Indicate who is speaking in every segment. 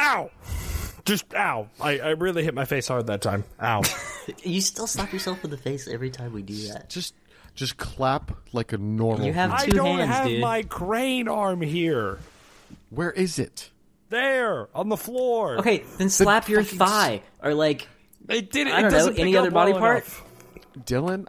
Speaker 1: Ow! Just ow! I, I really hit my face hard that time. Ow!
Speaker 2: You still slap yourself in the face every time we do that.
Speaker 3: Just just clap like a normal.
Speaker 2: You have
Speaker 3: human.
Speaker 1: I
Speaker 2: two
Speaker 1: don't
Speaker 2: hands,
Speaker 1: have
Speaker 2: dude.
Speaker 1: my crane arm here.
Speaker 3: Where is it?
Speaker 1: There on the floor.
Speaker 2: Okay, then slap your
Speaker 3: fucking-
Speaker 2: thigh or like
Speaker 1: It didn't.
Speaker 2: I
Speaker 1: it
Speaker 2: don't know,
Speaker 1: doesn't
Speaker 2: any
Speaker 1: pick
Speaker 2: other
Speaker 1: up
Speaker 2: body
Speaker 1: well
Speaker 2: part?
Speaker 1: enough.
Speaker 3: Dylan,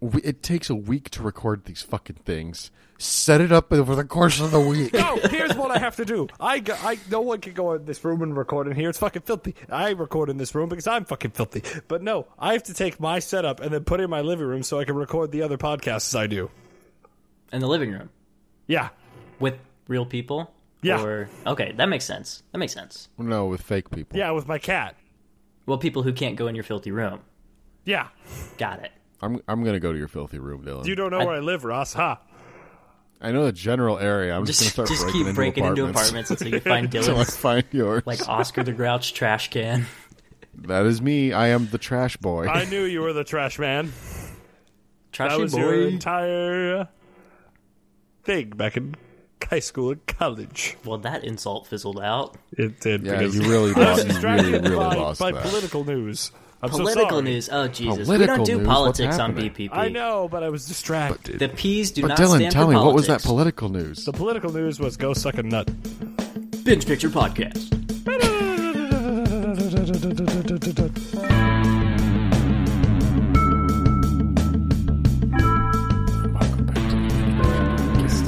Speaker 3: we, it takes a week to record these fucking things. Set it up over the course of the week.
Speaker 1: No, Oh, here's what I have to do. I, go- I no one can go in this room and record in here. It's fucking filthy. I record in this room because I'm fucking filthy. But no, I have to take my setup and then put it in my living room so I can record the other podcasts I do.
Speaker 2: in the living room
Speaker 1: Yeah,
Speaker 2: with real people.
Speaker 1: Yeah.
Speaker 2: Or okay, that makes sense. That makes sense.
Speaker 3: no, with fake people.
Speaker 1: yeah, with my cat.
Speaker 2: Well, people who can't go in your filthy room.
Speaker 1: Yeah,
Speaker 2: Got it.
Speaker 3: I'm I'm gonna go to your filthy room, Dylan.
Speaker 1: you don't know where I live, Ross? Ha!
Speaker 3: I know the general area. I'm just,
Speaker 2: Just
Speaker 3: gonna start
Speaker 2: just
Speaker 3: breaking
Speaker 2: keep
Speaker 3: into
Speaker 2: breaking into apartments
Speaker 3: apartments.
Speaker 2: until you find
Speaker 3: until I
Speaker 2: Dylan's
Speaker 3: find yours.
Speaker 2: like Oscar the Grouch trash can.
Speaker 3: that is me. I am the trash boy.
Speaker 1: I knew you were the trash man. That
Speaker 2: Trashy
Speaker 1: was your
Speaker 2: boy.
Speaker 1: entire thing back in high school and college.
Speaker 2: well, that insult fizzled out.
Speaker 1: It did.
Speaker 3: yeah,
Speaker 1: because
Speaker 3: you really
Speaker 1: I was
Speaker 3: lost. You
Speaker 1: distracted
Speaker 3: really, really
Speaker 1: by,
Speaker 3: lost
Speaker 1: by
Speaker 3: that.
Speaker 1: political news. I'm so
Speaker 2: Political
Speaker 1: sorry.
Speaker 2: news. Oh Jesus, we
Speaker 3: Political
Speaker 2: don't do
Speaker 3: news? What's
Speaker 2: politics on
Speaker 3: happening?
Speaker 2: BPP.
Speaker 1: I know, but I was distracted.
Speaker 2: The P's do
Speaker 3: but
Speaker 2: not
Speaker 3: Dylan,
Speaker 2: stand
Speaker 3: tell
Speaker 2: for
Speaker 3: me
Speaker 2: politics.
Speaker 3: what was that political news?
Speaker 1: The political news was go suck a nut.
Speaker 2: binge picture podcast?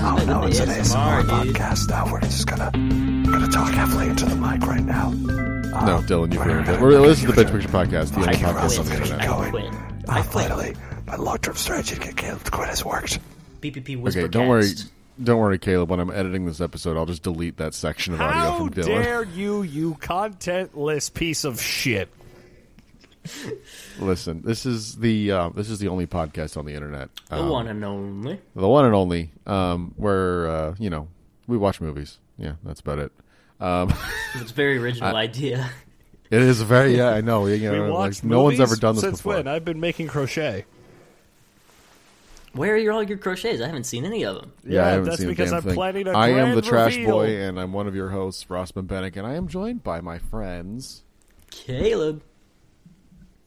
Speaker 4: Oh no, it's an
Speaker 2: ASMR,
Speaker 4: ASMR
Speaker 2: dude.
Speaker 4: podcast. Now we're just gonna gonna talk heavily into the mic right now.
Speaker 3: no, Dylan, you ruined it. We're, this is the Bitch Picture Podcast, the only
Speaker 4: Thank you,
Speaker 3: podcast
Speaker 4: Russell.
Speaker 3: on the internet.
Speaker 2: I
Speaker 4: Going.
Speaker 2: quit.
Speaker 4: I finally, my long-term strategy to get killed to quit has worked.
Speaker 2: BPP
Speaker 3: Okay,
Speaker 2: whisper.
Speaker 3: don't worry. Don't worry, Caleb. When I'm editing this episode, I'll just delete that section of audio
Speaker 1: How
Speaker 3: from Dylan.
Speaker 1: dare you, you contentless piece of shit?
Speaker 3: Listen, this is the uh, this is the only podcast on the internet,
Speaker 2: The
Speaker 3: um, uh,
Speaker 2: one and only.
Speaker 1: Oh.
Speaker 3: the one and only, um, where uh, you know we watch movies. Yeah, that's about it. Um,
Speaker 2: It's a very original idea.
Speaker 3: it is very yeah, I know. You
Speaker 1: We
Speaker 3: know
Speaker 1: watched
Speaker 3: Uh, like, no one's
Speaker 1: movies
Speaker 3: ever done this
Speaker 1: since
Speaker 3: before.
Speaker 1: when? I've been making crochet.
Speaker 2: Where are your, all your crochets? I haven't seen any of them.
Speaker 3: yeah, I
Speaker 1: Yeah,
Speaker 3: haven't
Speaker 1: that's
Speaker 3: seen a
Speaker 1: because
Speaker 3: damn
Speaker 1: I'm
Speaker 3: thing.
Speaker 1: planning a
Speaker 3: I am
Speaker 1: grand
Speaker 3: the trash
Speaker 1: reveal.
Speaker 3: boy, and I'm one of your hosts, Rossman Bennick, and I am joined by my friends.
Speaker 2: Caleb.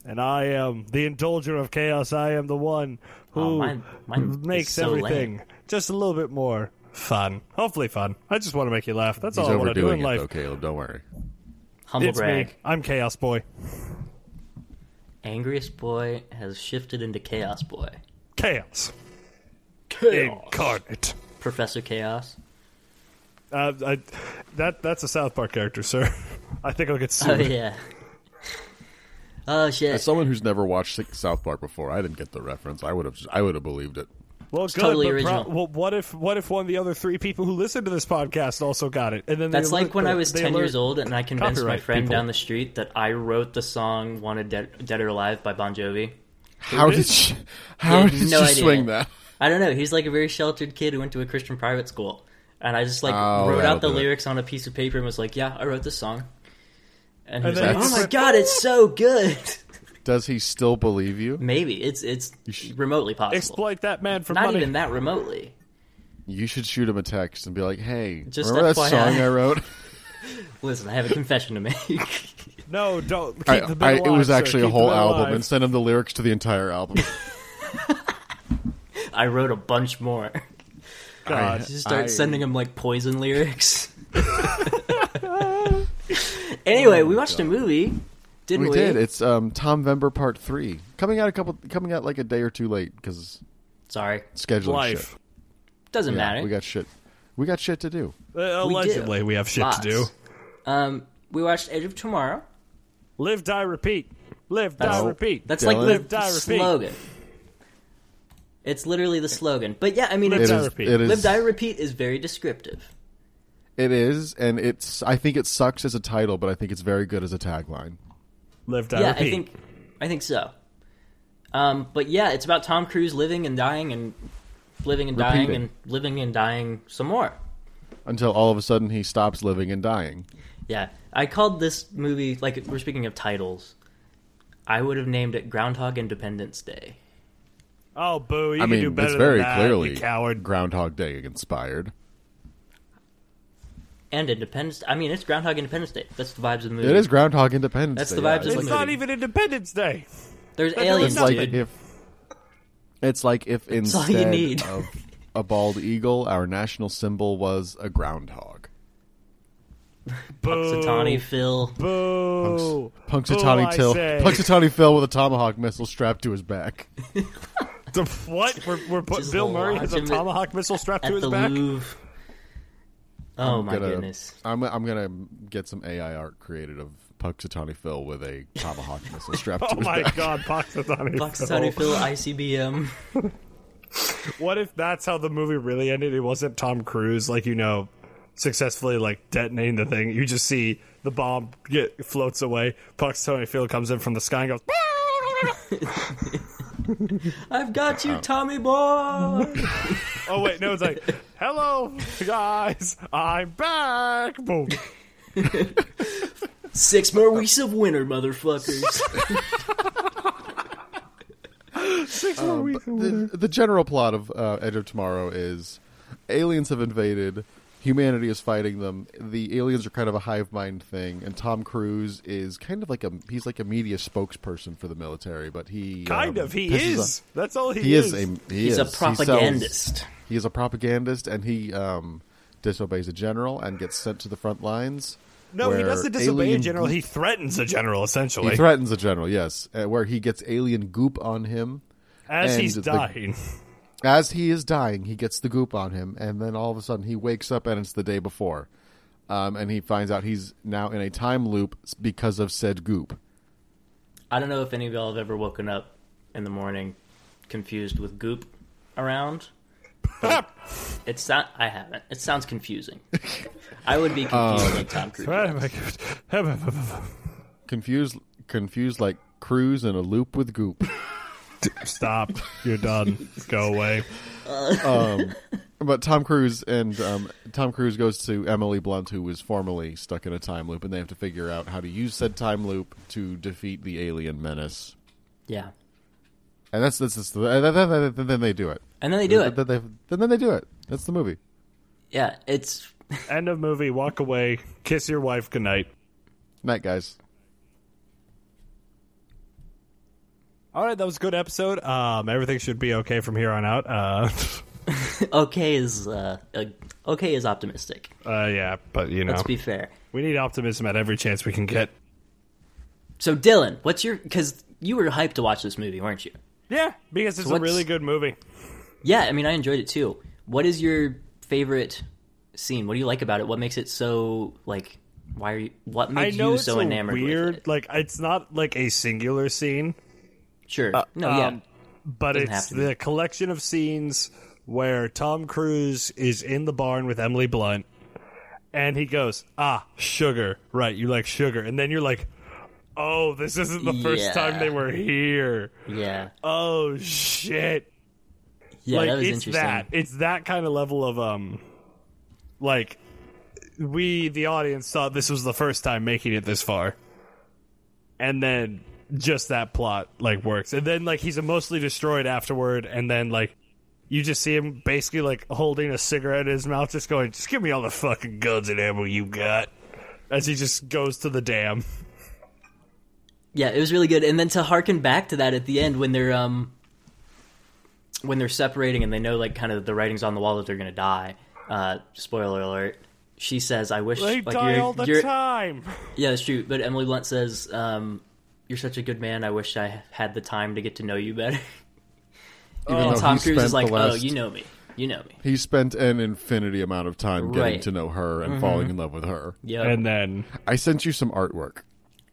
Speaker 1: And I am the indulger of chaos. I am the one who
Speaker 2: Oh, mine- mine is
Speaker 1: makes
Speaker 2: so
Speaker 1: everything just a little bit more fun. Hopefully, fun. I just want to make you laugh. That's
Speaker 3: He's
Speaker 1: all I want to do
Speaker 3: overdoing
Speaker 1: in
Speaker 3: it,
Speaker 1: life.
Speaker 3: though, Caleb. Don't worry.
Speaker 2: Humble
Speaker 1: It's
Speaker 2: brag.
Speaker 1: me. I'm Chaos Boy.
Speaker 2: Angriest boy has shifted into chaos boy.
Speaker 1: Chaos, incarnate.
Speaker 2: Professor Chaos.
Speaker 1: Uh, I, that that's a South Park character, sir. I think I'll get
Speaker 2: Oh
Speaker 1: sued.
Speaker 2: yeah. Oh shit.
Speaker 3: As someone who's never watched South Park before, I didn't get the reference. I would have. I would have believed it.
Speaker 1: Well, good,
Speaker 2: totally
Speaker 1: but pro-
Speaker 2: original.
Speaker 1: well, what if what if one of the other three people who listen to this podcast also got it? And then they
Speaker 2: That's like
Speaker 1: alert-
Speaker 2: when I was
Speaker 1: they
Speaker 2: 10 years
Speaker 1: alert-
Speaker 2: old and I convinced my
Speaker 1: copyright
Speaker 2: friend
Speaker 1: people.
Speaker 2: down the street that I wrote the song Wanted Dead, Dead or Alive by Bon Jovi.
Speaker 3: How
Speaker 1: did?
Speaker 3: did you? How
Speaker 2: Dude,
Speaker 3: did
Speaker 2: no
Speaker 3: you
Speaker 2: idea.
Speaker 3: swing that?
Speaker 2: I don't know. He's like a very sheltered kid who went to a Christian private school. And I just like
Speaker 3: Oh,
Speaker 2: wrote
Speaker 3: that'll
Speaker 2: out the
Speaker 3: do it.
Speaker 2: lyrics on a piece of paper and was like, yeah, I wrote this song. And he was
Speaker 1: then
Speaker 2: like,
Speaker 1: you
Speaker 2: oh
Speaker 1: just
Speaker 2: my
Speaker 1: went,
Speaker 2: god, it's so good.
Speaker 3: Does he still believe you?
Speaker 2: Maybe. It's it's
Speaker 3: should-
Speaker 2: remotely possible.
Speaker 1: Exploit that man for
Speaker 2: Not
Speaker 1: money.
Speaker 2: even that remotely.
Speaker 3: You should shoot him a text and be like, "Hey,
Speaker 2: Just
Speaker 3: remember that
Speaker 2: FYI.
Speaker 3: song I wrote?
Speaker 2: Listen, I have a confession to make.
Speaker 1: No, don't. Keep
Speaker 3: I,
Speaker 1: the bit
Speaker 3: I-
Speaker 1: alive,
Speaker 3: it was
Speaker 1: sir.
Speaker 3: actually a
Speaker 1: Keep the
Speaker 3: whole
Speaker 1: bit
Speaker 3: album,
Speaker 1: alive.
Speaker 3: and send him the lyrics to the entire album."
Speaker 2: I wrote a bunch more.
Speaker 1: God.
Speaker 2: Just start
Speaker 3: I-
Speaker 2: sending him like poison lyrics. anyway, we watched a movie, didn't
Speaker 3: Oh we
Speaker 2: we?
Speaker 3: did. It's um, Tom Vember Part Three coming out a couple, coming out like a day or two late because
Speaker 2: Sorry,
Speaker 3: scheduling
Speaker 1: Life. Uh,
Speaker 3: shit.
Speaker 2: doesn't
Speaker 3: Yeah,
Speaker 2: matter.
Speaker 3: we got shit. We got shit to do.
Speaker 1: Uh,
Speaker 2: We do.
Speaker 1: allegedly, we, have shit
Speaker 2: Lots.
Speaker 1: to do.
Speaker 2: Um, we watched Edge of Tomorrow.
Speaker 1: Live, die, repeat. Live, die,
Speaker 2: That's-
Speaker 1: repeat.
Speaker 2: That's
Speaker 3: Dylan.
Speaker 2: like
Speaker 1: Live,
Speaker 2: the
Speaker 1: die, repeat.
Speaker 2: slogan. It's literally the slogan. But yeah, I mean,
Speaker 1: Live,
Speaker 3: It
Speaker 2: it's,
Speaker 1: die,
Speaker 3: is.
Speaker 1: repeat.
Speaker 3: It is.
Speaker 2: live, die, repeat is very descriptive.
Speaker 3: It is, and it's. I think it sucks as a title, but I think it's very good as a tagline.
Speaker 1: live, die,
Speaker 2: yeah,
Speaker 1: repeat.
Speaker 2: I think, I think so. Um, but yeah, it's about Tom Cruise living and dying and living and dying
Speaker 3: Repeating.
Speaker 2: and living and dying some more.
Speaker 3: Until all of a sudden he stops living and dying.
Speaker 2: Yeah, I called this movie like we're speaking of titles. I would have named it Groundhog Independence Day.
Speaker 1: oh, boo! You
Speaker 3: I
Speaker 1: can do
Speaker 3: mean,
Speaker 1: better
Speaker 3: it's very
Speaker 1: than that,
Speaker 3: clearly
Speaker 1: you coward.
Speaker 3: Groundhog Day inspired.
Speaker 2: and Independence. I mean, it's Groundhog Independence Day. That's the vibes of the movie.
Speaker 3: It is Groundhog Independence.
Speaker 2: That's
Speaker 3: Day,
Speaker 2: the vibes
Speaker 3: yeah. It's
Speaker 2: of
Speaker 1: It's
Speaker 2: like-
Speaker 1: not even Independence Day.
Speaker 2: There's
Speaker 1: there
Speaker 2: aliens,
Speaker 1: is
Speaker 3: like
Speaker 2: dude.
Speaker 3: if it's like if
Speaker 2: all you
Speaker 3: instead
Speaker 2: need.
Speaker 3: of a bald eagle, our national symbol was a groundhog.
Speaker 2: Satani Phil.
Speaker 1: Boo. Boo,
Speaker 3: Punxsutawney
Speaker 1: I
Speaker 3: Phil.
Speaker 1: say.
Speaker 3: Punxsutawney Phil with a tomahawk missile strapped to his back.
Speaker 1: The what? We're, we're put,
Speaker 2: Just
Speaker 1: Bill Murray has a
Speaker 2: launch him at-
Speaker 1: tomahawk missile strapped
Speaker 2: at
Speaker 1: to his
Speaker 2: the
Speaker 1: back.
Speaker 2: Louvre. Oh my
Speaker 3: Gonna-
Speaker 2: goodness!
Speaker 3: I'm I'm gonna get some AI art created of Punxsutawney Phil with a tomahawk missile strapped to
Speaker 1: Oh
Speaker 3: his
Speaker 1: my
Speaker 3: back.
Speaker 1: God, Punxsutawney
Speaker 2: Pakistani Phil, ICBM.
Speaker 1: What if that's how the movie really ended? It wasn't Tom Cruise, like you know, successfully like detonating the thing. You just see the bomb get floats away. Punxsutawney Phil comes in from the sky and goes.
Speaker 2: I've got you, Tommy boy.
Speaker 1: Oh wait, no, it's like, hello guys, I'm back. Boom.
Speaker 2: Six more weeks of winter, motherfuckers.
Speaker 1: Six more weeks.
Speaker 3: The, the general plot of uh, Edge of Tomorrow is aliens have invaded. Humanity is fighting them. The aliens are kind of a hive mind thing, and Tom Cruise is kind of like a he's like a media spokesperson for the military, but he
Speaker 1: Kind
Speaker 3: um,
Speaker 1: of. He
Speaker 3: pisses
Speaker 1: is.
Speaker 3: on-
Speaker 1: That's all he,
Speaker 3: he is a he
Speaker 2: He's
Speaker 3: is.
Speaker 2: a
Speaker 3: He sells-
Speaker 2: propagandist.
Speaker 3: He is a propagandist, and he um, disobeys a general and gets sent to the front lines.
Speaker 1: no, he
Speaker 3: where
Speaker 1: doesn't disobey a
Speaker 3: alien
Speaker 1: general.
Speaker 3: goop-
Speaker 1: He threatens a general
Speaker 3: he
Speaker 1: essentially
Speaker 3: threatens a general, yes, uh, where he gets alien goop on him.
Speaker 1: as
Speaker 3: and
Speaker 1: he's
Speaker 3: the-
Speaker 1: dying.
Speaker 3: As he is dying, he gets the goop on him, and then all of a sudden he wakes up and it's the day before. Um, and he finds out he's now in a time loop s- because of said goop.
Speaker 2: I don't know if any of y'all have ever woken up in the morning confused with goop around. but It's not. I haven't. It sounds confusing. I would be confused
Speaker 3: Uh,
Speaker 2: like Tom Cruise.
Speaker 3: Confused, confused like Cruise in a loop with goop.
Speaker 1: Stop. You're done. Go away.
Speaker 3: But Tom Cruise and um, Tom Cruise goes to Emily Blunt, who was formerly stuck in a time loop, and they have to figure out how to use said time loop to defeat the alien menace.
Speaker 2: Yeah.
Speaker 3: And that's that's, that's and then, then, then- then they do it.
Speaker 2: And then they do
Speaker 3: Then-
Speaker 2: it.
Speaker 3: Then, they, then they do it. That's the movie.
Speaker 2: Yeah. It's
Speaker 1: End of movie. Walk away. Kiss your wife. Good night.
Speaker 3: Night, guys.
Speaker 1: All right, that was a good episode. Um, everything should be okay from here on out. Uh,
Speaker 2: okay is uh, uh okay is optimistic.
Speaker 1: uh, yeah, but you know,
Speaker 2: Let's be fair.
Speaker 1: we need optimism at every chance we can get.
Speaker 2: So Dylan, what's your? Because you were hyped to watch this movie, weren't you?
Speaker 1: Yeah, because it's a
Speaker 2: what's-
Speaker 1: really good movie.
Speaker 2: Yeah. I mean, I enjoyed it too. What is your favorite scene? What do you like about it? What makes it so like? Why are you? What
Speaker 1: I
Speaker 2: made
Speaker 1: know
Speaker 2: you
Speaker 1: it's
Speaker 2: so
Speaker 1: a
Speaker 2: enamored with
Speaker 1: weird,
Speaker 2: it?
Speaker 1: like it's not like a singular scene,
Speaker 2: Sure. no. yeah.
Speaker 1: um, but
Speaker 2: Doesn't
Speaker 1: it's
Speaker 2: have to be.
Speaker 1: the collection of scenes where Tom Cruise is in the barn with Emily Blunt, and he goes, "Ah, sugar, right? You like sugar?" And then you're like, "Oh, this isn't the first
Speaker 2: Yeah.
Speaker 1: time they were here."
Speaker 2: Yeah.
Speaker 1: Oh shit.
Speaker 2: Yeah,
Speaker 1: like
Speaker 2: that was
Speaker 1: it's
Speaker 2: interesting.
Speaker 1: that it's that kind of level of um like we the audience thought this was the first time making it this far and then just that plot like works and then like he's mostly destroyed afterward and then like you just see him basically like holding a cigarette in his mouth just going just give me all the fucking guns and ammo you got as he just goes to the dam
Speaker 2: Yeah, it was really good. And then to harken back to that at the end when they're um when they're separating and they know like kind of the writing's on the wall that they're gonna die. Uh, spoiler alert. She says, "I wish
Speaker 1: they
Speaker 2: like,
Speaker 1: die
Speaker 2: you're-
Speaker 1: all the
Speaker 2: you're-
Speaker 1: time
Speaker 2: Yeah, that's true. But Emily Blunt says, um, "You're such a good man. I wish I had the time to get to know you better."
Speaker 3: Even
Speaker 2: and
Speaker 3: though
Speaker 2: Oh, Tom
Speaker 3: he
Speaker 2: Cruise
Speaker 3: spent
Speaker 2: is like,
Speaker 3: the last-
Speaker 2: "Oh, you know me. You know me."
Speaker 3: He spent an infinity amount of time getting
Speaker 2: Right. Mm-hmm.
Speaker 3: to know her and falling in love with her.
Speaker 2: Yeah,
Speaker 1: and then
Speaker 3: I sent you some artwork.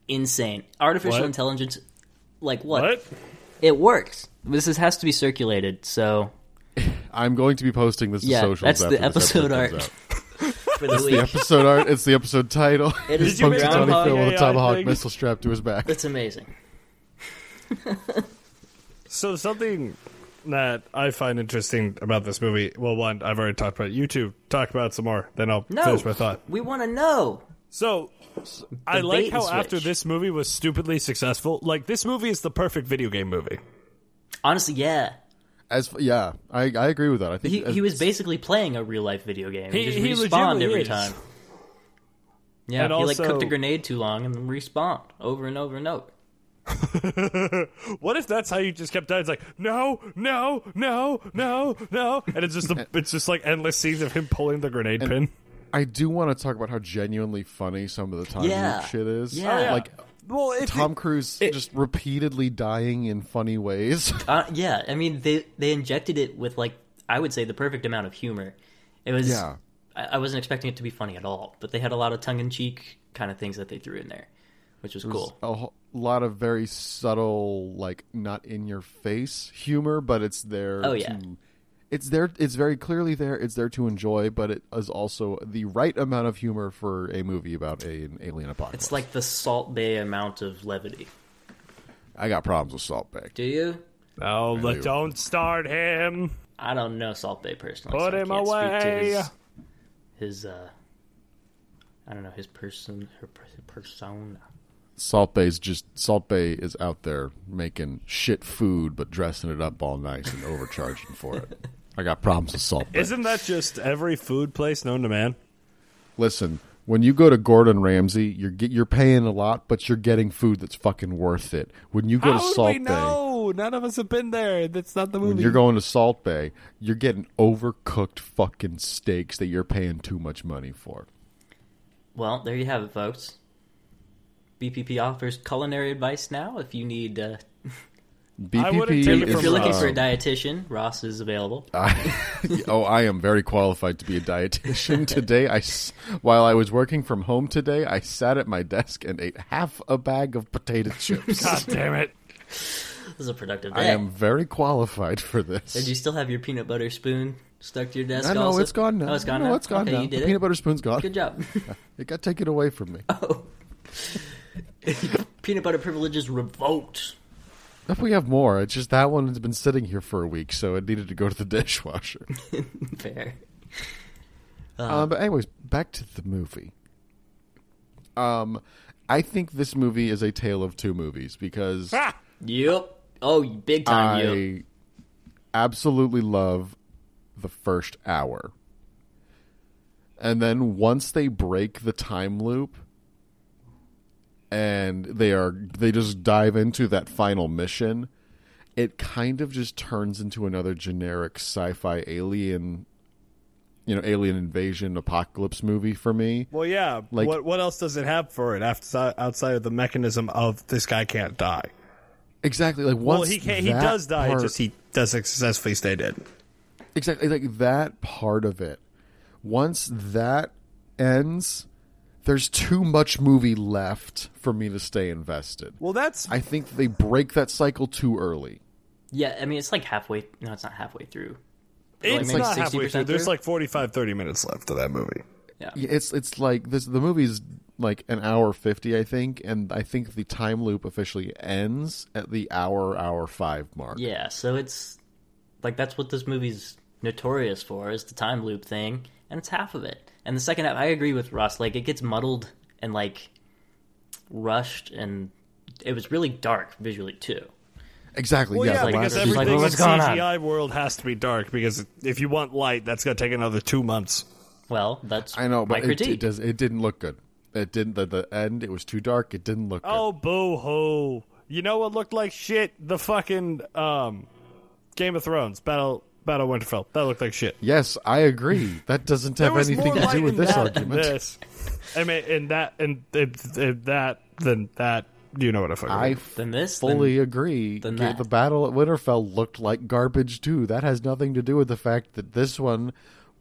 Speaker 2: insane artificial
Speaker 1: What?
Speaker 2: intelligence. Like what?
Speaker 1: what
Speaker 2: It works. This is, has to be circulated. So
Speaker 3: I'm going to be posting this
Speaker 2: Yeah,
Speaker 3: to socials.
Speaker 2: that's
Speaker 3: after
Speaker 2: the
Speaker 3: this
Speaker 2: episode
Speaker 3: comes
Speaker 2: art.
Speaker 3: out.
Speaker 2: for the
Speaker 3: the
Speaker 2: week,
Speaker 3: episode art. It's the episode title.
Speaker 2: it is
Speaker 1: Did you make
Speaker 2: Groundhog
Speaker 3: Tony Phil with
Speaker 1: AI
Speaker 3: a tomahawk
Speaker 1: thing?
Speaker 3: missile strapped to his back.
Speaker 2: It's amazing.
Speaker 1: So something that I find interesting about this movie, well, one I've already talked about. it. You two talk about it some more, then I'll
Speaker 2: No,
Speaker 1: finish my thought.
Speaker 2: We want to know.
Speaker 1: So I
Speaker 2: The
Speaker 1: like
Speaker 2: bait
Speaker 1: how
Speaker 2: and
Speaker 1: after
Speaker 2: switch.
Speaker 1: this movie was stupidly successful, like this movie is the perfect video game movie.
Speaker 2: Honestly, yeah.
Speaker 3: As yeah, I, I agree with that. I think
Speaker 2: He, he was basically playing a real life video game. He,
Speaker 1: He-
Speaker 2: just
Speaker 1: he
Speaker 2: respawned
Speaker 1: legitimately
Speaker 2: every
Speaker 1: is.
Speaker 2: time. Yeah,
Speaker 1: And
Speaker 2: he like
Speaker 1: also-
Speaker 2: cooked a grenade too long and then respawned over and over and over.
Speaker 1: What if that's how you just kept dying? It's like no, no, no, no, no, and it's just the, it's just like endless scenes of him pulling the grenade pin.
Speaker 3: I do want to talk about how genuinely funny some of the time
Speaker 2: Yeah.
Speaker 3: loop shit is.
Speaker 2: Yeah. Oh, yeah.
Speaker 3: Like
Speaker 1: Well, if
Speaker 3: Tom Cruise just repeatedly dying in funny ways.
Speaker 2: Uh, yeah, I mean they they injected it with like I would say the perfect amount of humor. It was
Speaker 3: Yeah.
Speaker 2: I, I wasn't expecting it to be funny at all, but they had a lot of tongue in cheek kind of things that they threw in there, which was cool.
Speaker 3: a wh- lot of very subtle, like not in your face humor, but it's there.
Speaker 2: Oh, yeah.
Speaker 3: to- it's there. It's very clearly there. It's there to enjoy, but it is also the right amount of humor for a movie about a, an alien apocalypse.
Speaker 2: It's like the Salt Bay amount of levity.
Speaker 3: I got problems with Salt Bay.
Speaker 2: Do you?
Speaker 1: no, but don't start him.
Speaker 2: I don't know Salt Bay personally.
Speaker 1: Put
Speaker 2: so I
Speaker 1: him
Speaker 2: can't Speak to
Speaker 1: away.
Speaker 2: his, his uh, I don't know his person, her per- persona.
Speaker 3: Salt Bay's just Salt Bay is out there making shit food, but dressing it up all nice and overcharging for it. I got problems with Salt Bay.
Speaker 1: Isn't that just every food place known to man?
Speaker 3: Listen, when you go to Gordon Ramsay, you're get, you're paying a lot, but you're getting food that's fucking worth it. When you go to Salt Bay,
Speaker 1: None of us have been there. That's not the
Speaker 3: when
Speaker 1: movie.
Speaker 3: you're going to Salt Bay, you're getting overcooked fucking steaks that you're paying too much money for.
Speaker 2: Well, there you have it, folks. BPP offers culinary advice now. If you need, uh,
Speaker 1: I wouldn't
Speaker 3: BPP
Speaker 1: take it
Speaker 3: is,
Speaker 2: if you're looking for a
Speaker 3: um,
Speaker 2: dietitian, Ross is available.
Speaker 3: Ah. oh, I am very qualified to be a dietitian. today, I s- while I was working from home today, I sat at my desk and ate half a bag of potato chips.
Speaker 1: God damn it!
Speaker 2: This is a productive day.
Speaker 3: I am very qualified for this.
Speaker 2: Did you still have your peanut butter spoon stuck to your desk?
Speaker 3: I know
Speaker 2: also?
Speaker 3: it's gone now.
Speaker 2: Oh, it's gone
Speaker 3: no,
Speaker 2: now.
Speaker 3: it's gone
Speaker 2: okay,
Speaker 3: now.
Speaker 2: You
Speaker 3: the
Speaker 2: did
Speaker 3: peanut
Speaker 2: it.
Speaker 3: butter spoon's gone.
Speaker 2: Good job.
Speaker 3: It got taken away from me.
Speaker 2: peanut butter privileges revoked.
Speaker 3: If we have more, it's just that one has been sitting here for a week, so it needed to go to the dishwasher.
Speaker 2: Fair.
Speaker 3: Um, but anyways, back to the movie. Um, I think this movie is a tale of two movies because
Speaker 1: Ah!
Speaker 2: Yep. Oh, big time. Yep.
Speaker 3: I absolutely love the first hour, and then once they break the time loop, and they are they just dive into that final mission, it kind of just turns into another generic sci-fi alien. You know, alien invasion apocalypse movie for me.
Speaker 1: Well, yeah.
Speaker 3: Like-
Speaker 1: what what else does it have for it after, outside of the mechanism of this guy can't die?
Speaker 3: Exactly. Like once
Speaker 1: Well, he can't, he
Speaker 3: that
Speaker 1: does die.
Speaker 3: part-
Speaker 1: Just he doesn't successfully stay dead.
Speaker 3: exactly like that part of it. Once that ends, there's too much movie left for me to stay invested.
Speaker 1: Well, that's
Speaker 3: I think they break that cycle too early.
Speaker 2: Yeah, I mean it's like halfway. No, it's not halfway through.
Speaker 1: it's
Speaker 2: maybe
Speaker 1: not
Speaker 2: 60%
Speaker 1: halfway through. There's
Speaker 2: through?
Speaker 1: like 45, 30 minutes left of that movie.
Speaker 3: Yeah, It's it's like this. The movie's like an hour fifty, I think, and I think the time loop officially ends at the hour hour five mark.
Speaker 2: Yeah, so it's like that's what this movie's notorious for is the time loop thing, and it's half of it. And the second half, I agree with Russ. Like it gets muddled and like rushed, and it was really dark visually too.
Speaker 3: Exactly.
Speaker 1: Well,
Speaker 3: yeah,
Speaker 1: yeah,
Speaker 3: the
Speaker 1: because
Speaker 3: last-
Speaker 2: every-
Speaker 1: everything
Speaker 2: like,
Speaker 1: in
Speaker 2: what's going on?
Speaker 1: CGI world has to be dark because if you want light, that's going to take another two months.
Speaker 2: Well, that's
Speaker 3: I know,
Speaker 2: my
Speaker 3: but it,
Speaker 2: critique.
Speaker 3: it does. It didn't look good. It didn't. The, the end. It was too dark. It didn't look. good.
Speaker 1: Oh, boo hoo! You know what looked like shit? The fucking um, Game of Thrones battle battle of Winterfell. That looked like shit.
Speaker 3: Yes, I agree. That doesn't have anything to do with this
Speaker 1: that than
Speaker 3: argument.
Speaker 1: This. I mean, in that and in, in that than that. You know what I fucking
Speaker 3: I
Speaker 2: Than this, then-
Speaker 3: fully agree.
Speaker 2: than
Speaker 3: The-
Speaker 2: that.
Speaker 3: The battle at Winterfell looked like garbage too. That has nothing to do with the fact that this one,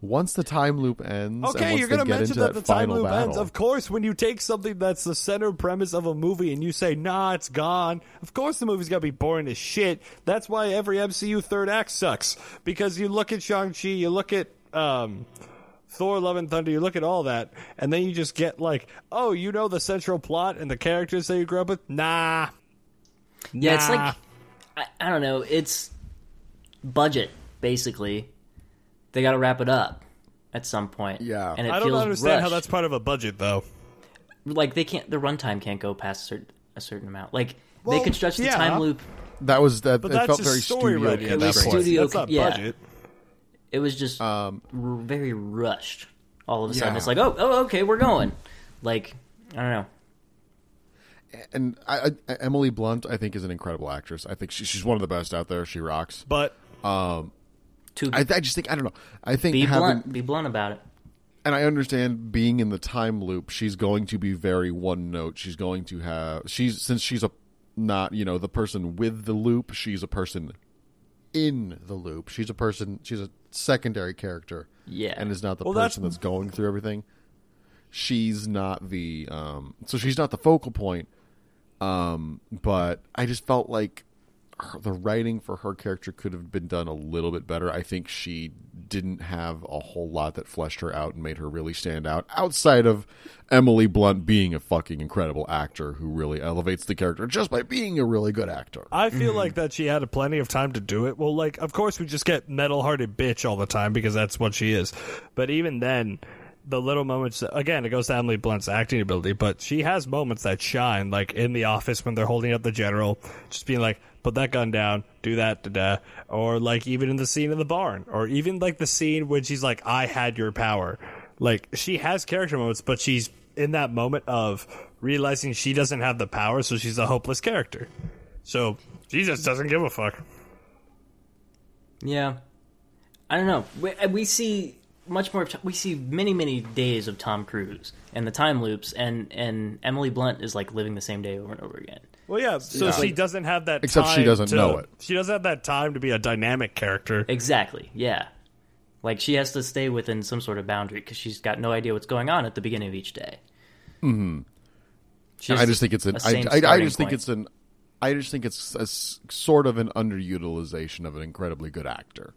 Speaker 3: once the time loop ends, and
Speaker 1: Okay,
Speaker 3: once
Speaker 1: you're
Speaker 3: they
Speaker 1: going to
Speaker 3: get
Speaker 1: mention
Speaker 3: into
Speaker 1: that
Speaker 3: that,
Speaker 1: the time
Speaker 3: final
Speaker 1: loop
Speaker 3: battle,
Speaker 1: ends. Of course, when you take something that's the center premise of a movie and you say, nah, it's gone, of course the movie's going to be boring as shit. That's why every MCU third act sucks. Because you look at Shang-Chi, you look at um, Thor, Love, and Thunder, you look at all that, and then you just get like, oh, you know the central plot and the characters that you grew up with? Nah.
Speaker 2: yeah, it's
Speaker 1: Nah.
Speaker 2: like I, I don't know. It's budget basically. They got to wrap it up at some point.
Speaker 3: Yeah.
Speaker 2: and it
Speaker 1: I don't
Speaker 2: feels
Speaker 1: understand how
Speaker 2: rushed.
Speaker 1: that's part of a budget, though.
Speaker 2: like they can't the runtime can't go past a certain, a certain amount. Like
Speaker 1: Well,
Speaker 2: they can stretch the
Speaker 1: yeah.
Speaker 2: time loop.
Speaker 3: that was that.
Speaker 1: But
Speaker 3: it
Speaker 1: that's
Speaker 3: felt
Speaker 1: just
Speaker 3: very
Speaker 1: story
Speaker 3: studio
Speaker 1: writing at
Speaker 3: at
Speaker 1: that
Speaker 2: was
Speaker 3: that
Speaker 1: point.
Speaker 3: point.
Speaker 2: studio-
Speaker 1: That's not
Speaker 2: yeah.
Speaker 1: budget.
Speaker 2: It was just r- very rushed. All of a sudden,
Speaker 3: Um, yeah.
Speaker 2: it's like, oh, oh, okay, we're going. Like I don't know.
Speaker 3: And I, I, Emily Blunt, I think, is an incredible actress. I think she, she's one of the best out there. She rocks.
Speaker 1: But
Speaker 2: To
Speaker 3: I, I just think I don't know. I think
Speaker 2: be
Speaker 3: having,
Speaker 2: blunt, be blunt about it.
Speaker 3: and I understand being in the time loop, she's going to be very one note. She's going to have she's since she's a not, you know, the person with the loop, she's a person in the loop. She's a person she's a secondary character.
Speaker 2: Yeah.
Speaker 3: And is not the
Speaker 1: Well, that's-
Speaker 3: person that's... going through everything. She's not the um so she's not the focal point. Um but I just felt like her, the writing for her character could have been done a little bit better. I think she didn't have a whole lot that fleshed her out and made her really stand out outside of Emily Blunt being a fucking incredible actor who really elevates the character just by being a really good actor.
Speaker 1: I feel like that she had plenty of time to do it. Well, like, of course, we just get metal hearted bitch all the time because that's what she is. But even then, the little moments, again, it goes to Emily Blunt's acting ability, but she has moments that shine, like in the office when they're holding up the general, just being like, put that gun down, do that, da da. Or like even in the scene in the barn, or even like the scene when she's like, I had your power. Like, she has character moments, but she's in that moment of realizing she doesn't have the power, so she's a hopeless character. So she just doesn't give a fuck.
Speaker 2: Yeah, I don't know. We, and we see much more. of Tom- We see many, many days of Tom Cruise and the time loops, and and Emily Blunt is like living the same day over and over again.
Speaker 1: Well, yeah. So she doesn't have that.
Speaker 3: Except she
Speaker 1: time
Speaker 3: doesn't
Speaker 1: to-
Speaker 3: know it.
Speaker 1: She doesn't have that time to be a dynamic character.
Speaker 2: Exactly. Yeah, like she has to stay within some sort of boundary because she's got no idea what's going on at the beginning of each day. Hmm.
Speaker 3: Mm-hmm. I just think it's an. I, I, I just think it's an. I just think it's a s- sort of an underutilization of an incredibly good actor.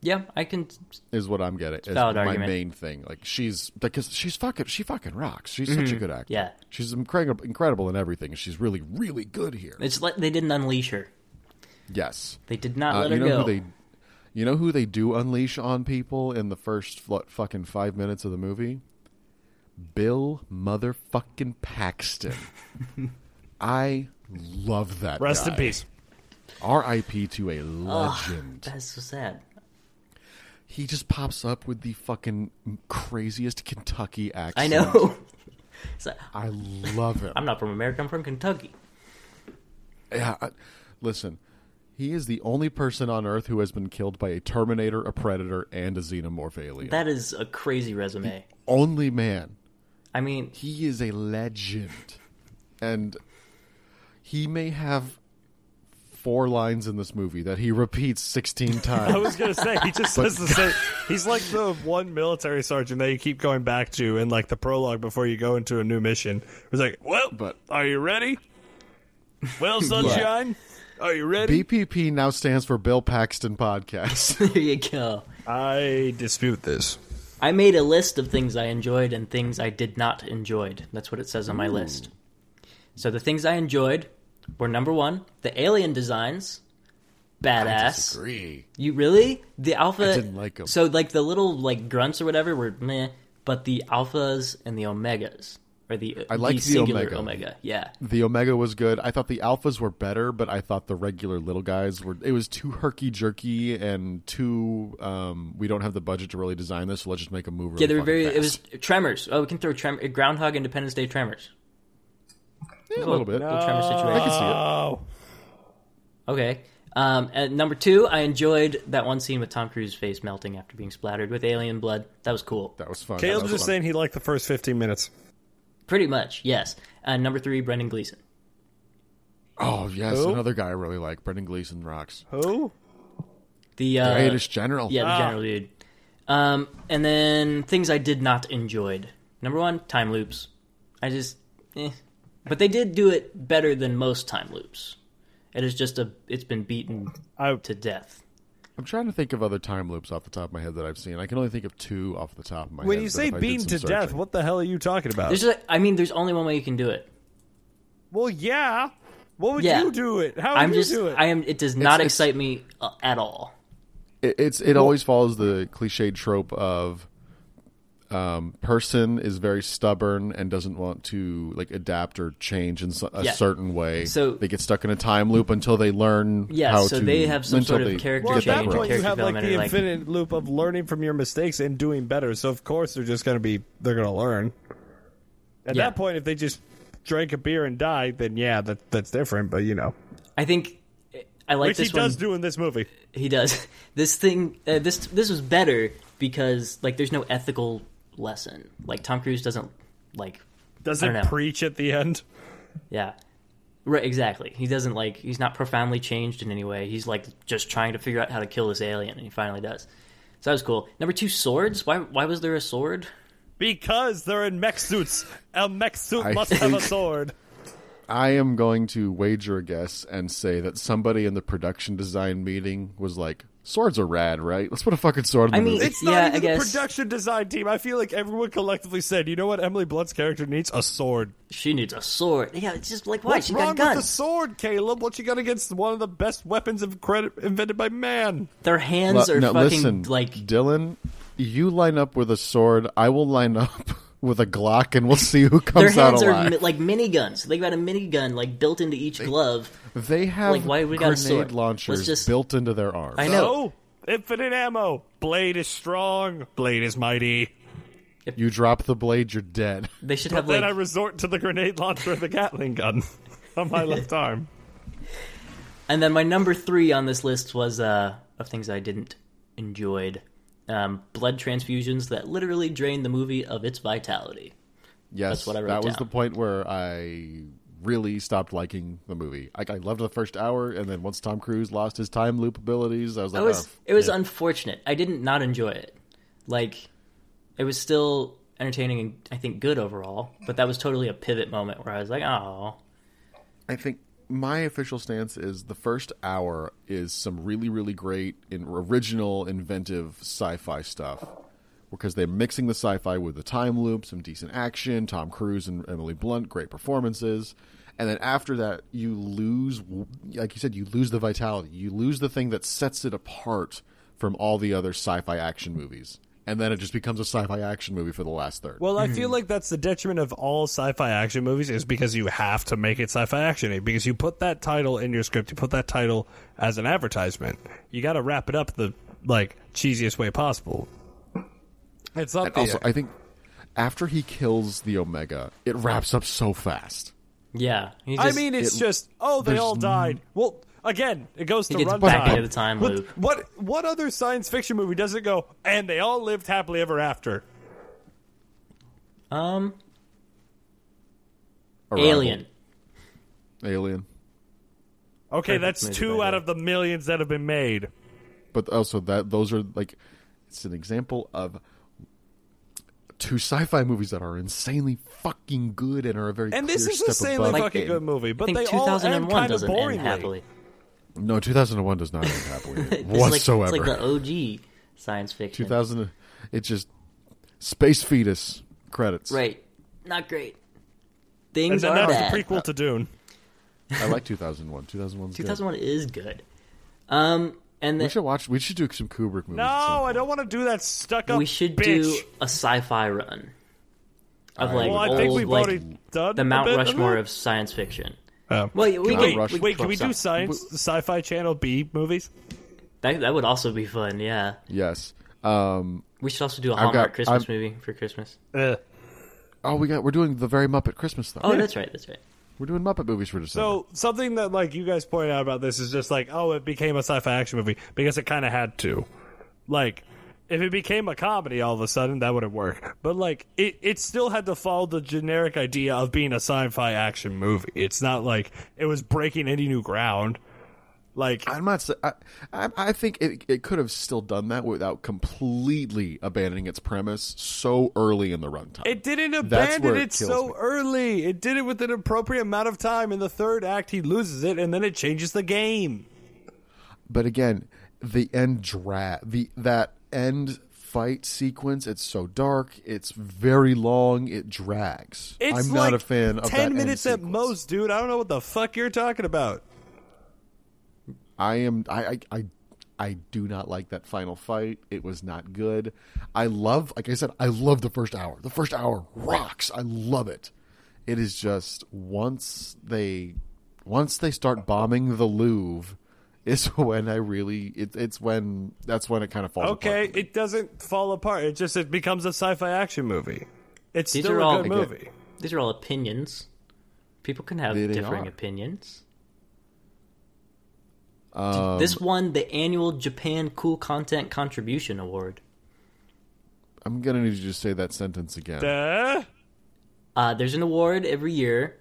Speaker 2: yeah. I can.
Speaker 3: Is what I'm getting. Is my
Speaker 2: valid argument.
Speaker 3: main thing. Like she's because she's fucking she fucking rocks. She's such a good actor.
Speaker 2: Mm-hmm. Yeah.
Speaker 3: she's incredible, incredible in everything. She's really, really good here.
Speaker 2: It's like they didn't unleash her.
Speaker 3: yes,
Speaker 2: They did not
Speaker 3: Uh,
Speaker 2: let
Speaker 3: you
Speaker 2: her
Speaker 3: know
Speaker 2: go.
Speaker 3: who they. You know who they do unleash on people in the first what, fucking five minutes of the movie? Bill motherfucking Paxton. I love that.
Speaker 1: Rest in
Speaker 3: guy.
Speaker 1: peace.
Speaker 3: R.I.P. to a legend.
Speaker 2: That's so sad.
Speaker 3: he just pops up with the fucking craziest Kentucky accent.
Speaker 2: I know. It's like,
Speaker 3: I love him.
Speaker 2: I'm not from America. I'm from Kentucky.
Speaker 3: Yeah, I- listen, he is the only person on Earth who has been killed by a Terminator, a Predator, and a Xenomorph alien.
Speaker 2: That is a crazy resume.
Speaker 3: only man.
Speaker 2: I mean,
Speaker 3: He is a legend, and he may have four lines in this movie that he repeats sixteen times.
Speaker 1: I was gonna say he just says the same. He's like the one military sergeant that you keep going back to in like the prologue before you go into a new mission. It's like, well,
Speaker 3: But-
Speaker 1: are you ready? Well, sunshine, are you ready?
Speaker 3: BPP now stands for Bill Paxton Podcast.
Speaker 2: there you go.
Speaker 1: I dispute this.
Speaker 2: I made a list of things I enjoyed and things I did not enjoyed. That's what it says on my list. So the things I enjoyed were number one, the alien designs, badass.
Speaker 3: Disagree.
Speaker 2: You really the alpha?
Speaker 3: I didn't like 'em.
Speaker 2: So like the little like grunts or whatever were meh, but the alphas and the omegas or the I
Speaker 3: liked the
Speaker 2: singular
Speaker 3: omega.
Speaker 2: Yeah,
Speaker 3: The Omega was good. I thought the Alphas were better, but I thought the regular little guys were. It was too herky jerky and too. Um, we don't have the budget to really design this, so let's just make a move. Really
Speaker 2: yeah, they were
Speaker 3: fucking
Speaker 2: very. It was
Speaker 3: fast.
Speaker 2: tremors. Oh, we can throw tremor, Groundhog Independence Day tremors.
Speaker 3: Yeah, a little bit.
Speaker 2: Little tremor situation.
Speaker 3: I can see it.
Speaker 1: Oh,
Speaker 2: Okay. Um, at number two, I enjoyed that one scene with Tom Cruise's face melting after being splattered with alien blood. That was cool.
Speaker 3: That was fun. That
Speaker 1: Caleb's
Speaker 3: was
Speaker 1: just
Speaker 3: fun.
Speaker 1: saying he liked the first fifteen minutes.
Speaker 2: Pretty much, yes. Uh, number three, Brendan Gleeson.
Speaker 3: Oh yes,
Speaker 1: Who?
Speaker 3: another guy I really like. Brendan Gleeson rocks.
Speaker 1: Who?
Speaker 2: The uh,
Speaker 3: Greatest general.
Speaker 2: yeah, the general dude. Um, and then things I did not enjoyed. Number one, time loops. I just, eh. but they did do it better than most time loops. It is just a, it's been beaten
Speaker 1: I
Speaker 2: to death.
Speaker 3: I'm trying to think of other time loops off the top of my head that I've seen. I can only think of two off the top of my head.
Speaker 1: When you
Speaker 3: but
Speaker 1: say
Speaker 3: if I did
Speaker 1: beaten
Speaker 3: some
Speaker 1: to death,
Speaker 3: searching-
Speaker 1: what the hell are you talking about?
Speaker 2: There's, just, I mean, there's only one way you can do it.
Speaker 1: Well, yeah. What would
Speaker 2: Yeah.
Speaker 1: you do it? How would
Speaker 2: I'm
Speaker 1: Oh, you
Speaker 2: just,
Speaker 1: do it?
Speaker 2: I am. It does not
Speaker 3: it's-
Speaker 2: excite me uh, at all.
Speaker 3: It, it's it always follows the cliched trope of um, person is very stubborn and doesn't want to like adapt or change in so- a
Speaker 2: Yeah.
Speaker 3: certain way.
Speaker 2: So-
Speaker 3: they get stuck in a time loop until they learn.
Speaker 2: Yeah,
Speaker 3: how
Speaker 2: so
Speaker 3: to,
Speaker 2: they have some
Speaker 3: until
Speaker 2: sort of
Speaker 3: they
Speaker 2: character
Speaker 3: get
Speaker 1: well, at
Speaker 3: that
Speaker 1: that
Speaker 2: change,
Speaker 3: growth.
Speaker 1: point, you
Speaker 2: character
Speaker 1: have like
Speaker 2: development
Speaker 1: the
Speaker 2: or, like-
Speaker 1: infinite loop of learning from your mistakes and doing better. So of course, they're just going to be they're going to learn. At
Speaker 2: Yeah.
Speaker 1: that point, if they just drank a beer and died, then yeah, that that's different. But you know,
Speaker 2: I think I like
Speaker 1: which he
Speaker 2: this one.
Speaker 1: does do in this movie.
Speaker 2: he does this thing. Uh, this this was better because like there's no ethical lesson. Like Tom Cruise doesn't like
Speaker 1: Does
Speaker 2: I don't
Speaker 1: it
Speaker 2: know.
Speaker 1: preach at the end?
Speaker 2: yeah. Right, exactly. He doesn't like. He's not profoundly changed in any way. He's like just trying to figure out how to kill this alien, and he finally does. So that was cool. Number two, swords. Why? Why was there a sword?
Speaker 1: Because they're in mech suits. A mech suit
Speaker 3: I
Speaker 1: must have a sword.
Speaker 3: I am going to wager a guess and say that somebody in the production design meeting was like, "Swords are rad, right? Let's put a fucking sword in
Speaker 2: I
Speaker 3: the
Speaker 2: mean,
Speaker 3: movie."
Speaker 1: It's not
Speaker 2: Yeah,
Speaker 1: even
Speaker 2: I
Speaker 1: the
Speaker 2: guess.
Speaker 1: production design team. I feel like everyone collectively said, "You know what? Emily Blunt's character needs a sword."
Speaker 2: She needs a sword. Yeah, it's just like why
Speaker 1: What's
Speaker 2: she
Speaker 1: wrong
Speaker 2: got guns.
Speaker 1: with the sword, Caleb? What you got against one of the best weapons of credit invented by man?
Speaker 2: Their hands
Speaker 3: Well,
Speaker 2: are
Speaker 3: no,
Speaker 2: fucking
Speaker 3: listen,
Speaker 2: like
Speaker 3: Dylan. You line up with a sword. I will line up with a Glock, and we'll see who
Speaker 2: their
Speaker 3: comes out
Speaker 2: hands are
Speaker 3: alive.
Speaker 2: mi- like miniguns. They got a minigun like built into each glove.
Speaker 3: they have
Speaker 2: like, why we got a sword?
Speaker 3: grenade
Speaker 2: Let's
Speaker 3: launchers
Speaker 2: just-
Speaker 3: built into their arms.
Speaker 2: I know.
Speaker 1: No, infinite ammo. Blade is strong. Blade is mighty.
Speaker 3: You drop the blade, you're dead.
Speaker 2: They should
Speaker 1: But
Speaker 2: have
Speaker 1: then
Speaker 2: like
Speaker 1: I resort to the grenade launcher of the Gatling gun on my left arm.
Speaker 2: And then my number three on this list was uh, of things I didn't enjoyed um, blood transfusions that literally drained the movie of its vitality.
Speaker 3: Yes,
Speaker 2: That's what I wrote
Speaker 3: That was
Speaker 2: down.
Speaker 3: the point where I really stopped liking the movie. Like I loved the first hour, and then once Tom Cruise lost his time loop abilities, I was like,
Speaker 2: It was
Speaker 3: "Oh,
Speaker 2: it was unfortunate. I didn't not enjoy it. Like it was still entertaining and I think good overall, but that was totally a pivot moment where I was like, oh,
Speaker 3: I think my official stance is the first hour is some really, really great and original, inventive sci-fi stuff because they're mixing the sci-fi with the time loop, some decent action, Tom Cruise and Emily Blunt, great performances. And then after that, you lose, like you said, you lose the vitality. You lose the thing that sets it apart from all the other sci-fi action movies. And then it just becomes a sci-fi action movie for the last third.
Speaker 1: Well, I feel like that's the detriment of all sci-fi action movies is because you have to make it sci-fi actiony because you put that title in your script, you put that title as an advertisement. You got to wrap it up the like cheesiest way possible. It's not the,
Speaker 3: also, I think after he kills the Omega, it wraps up so fast.
Speaker 2: yeah. He
Speaker 1: I
Speaker 2: just-
Speaker 1: mean, it's just oh, they
Speaker 3: there's
Speaker 1: all died. Well, again, it goes to
Speaker 2: gets
Speaker 1: runtime.
Speaker 2: back into the time
Speaker 1: What-
Speaker 2: loop.
Speaker 1: What what other science fiction movie does it go? And they all lived happily ever after.
Speaker 2: um,
Speaker 3: Arrival.
Speaker 2: alien.
Speaker 3: Alien.
Speaker 1: Okay,
Speaker 2: Perfect
Speaker 1: that's
Speaker 2: movie,
Speaker 1: two
Speaker 2: by
Speaker 1: out
Speaker 2: the
Speaker 1: of the millions that have been made.
Speaker 3: But also that those are like it's an example of two sci-fi movies that are insanely fucking good and are a very
Speaker 1: And this
Speaker 3: clear
Speaker 1: is
Speaker 3: step
Speaker 1: insanely
Speaker 3: above
Speaker 1: fucking
Speaker 3: it.
Speaker 1: good movie,
Speaker 2: I
Speaker 1: but
Speaker 2: think
Speaker 1: they all end
Speaker 2: 2001
Speaker 1: kind of
Speaker 2: doesn't
Speaker 1: boringly.
Speaker 2: end happily.
Speaker 3: No, 2001 does not end happily
Speaker 2: It's like-
Speaker 3: whatsoever.
Speaker 2: it's like the OG science fiction.
Speaker 3: 2000 it just space fetus credits.
Speaker 2: Right. Not great.
Speaker 1: And
Speaker 2: Things
Speaker 1: then
Speaker 2: are
Speaker 1: that's
Speaker 2: bad.
Speaker 1: the prequel to Dune.
Speaker 3: I like 2001. 2001's good.
Speaker 2: 2001 is good. Um, and
Speaker 3: We
Speaker 2: then
Speaker 3: should watch we should do some Kubrick movies.
Speaker 1: No,
Speaker 3: at some
Speaker 1: I don't want to do that stuck up
Speaker 2: we should
Speaker 1: bitch.
Speaker 2: do a sci-fi run of
Speaker 3: Alright.
Speaker 2: like
Speaker 1: Well, I
Speaker 2: old
Speaker 1: think we've
Speaker 2: like
Speaker 1: already done
Speaker 2: the
Speaker 1: a
Speaker 2: Mount
Speaker 1: bit of
Speaker 2: Rushmore
Speaker 1: it.
Speaker 2: of science fiction.
Speaker 1: Oh.
Speaker 2: Well, we
Speaker 3: Mount
Speaker 2: could,
Speaker 3: Rush-
Speaker 2: we could-
Speaker 1: Wait, can we do
Speaker 2: Sci-
Speaker 1: science sci-fi channel B movies?
Speaker 2: that? That would also be fun. Yeah,
Speaker 3: Yes. Um,
Speaker 2: we should also do a
Speaker 3: got-
Speaker 2: Hallmark Christmas
Speaker 3: I've-
Speaker 2: movie for Christmas.
Speaker 1: Uh,
Speaker 3: oh, we got we're doing the very Muppet Christmas though.
Speaker 2: Oh, that's right. That's right.
Speaker 3: We're doing Muppet movies for December.
Speaker 1: So something that like you guys pointed out about this is just like, oh, it became a sci-fi action movie because it kind of had to. Like, if it became a comedy all of a sudden, that wouldn't work. But like, it it still had to follow the generic idea of being a sci-fi action movie. It's not like it was breaking any new ground. Like,
Speaker 3: I'm not. s- I, I- I think it, it could have still done that without completely abandoning its premise so early in the runtime.
Speaker 1: It didn't
Speaker 3: That's where
Speaker 1: abandon
Speaker 3: it
Speaker 1: it,
Speaker 3: kills
Speaker 1: so
Speaker 3: me.
Speaker 1: early. It did it with an appropriate amount of time. In the third act, he loses it, and then it changes the game.
Speaker 3: but again, the end dra the that end fight sequence. It's so dark. It's very long. It drags.
Speaker 1: It's
Speaker 3: I'm
Speaker 1: like
Speaker 3: not a fan of that
Speaker 1: ten
Speaker 3: end
Speaker 1: minutes at
Speaker 3: sequence.
Speaker 1: most, dude. I don't know what the fuck you're talking about.
Speaker 3: I am. I. I. I I do not like that final fight. It was not good. I love, like I said, I love the first hour. The first hour rocks. I love it. It is just once they, once they start bombing the Louvre, is when I really. It, it's when that's when it kind of falls.
Speaker 1: Okay,
Speaker 3: apart.
Speaker 1: it doesn't fall apart. It just it becomes a sci-fi action movie. It's
Speaker 2: These
Speaker 1: still
Speaker 2: are
Speaker 1: a
Speaker 2: all-
Speaker 1: good
Speaker 3: Again,
Speaker 1: movie.
Speaker 2: These are all opinions. People can have
Speaker 3: They- they
Speaker 2: differing
Speaker 3: are.
Speaker 2: opinions.
Speaker 3: Um,
Speaker 2: this won the annual Japan Cool Content Contribution Award.
Speaker 3: I'm gonna need you to say that sentence again.
Speaker 1: Duh.
Speaker 2: Uh, there's an award every year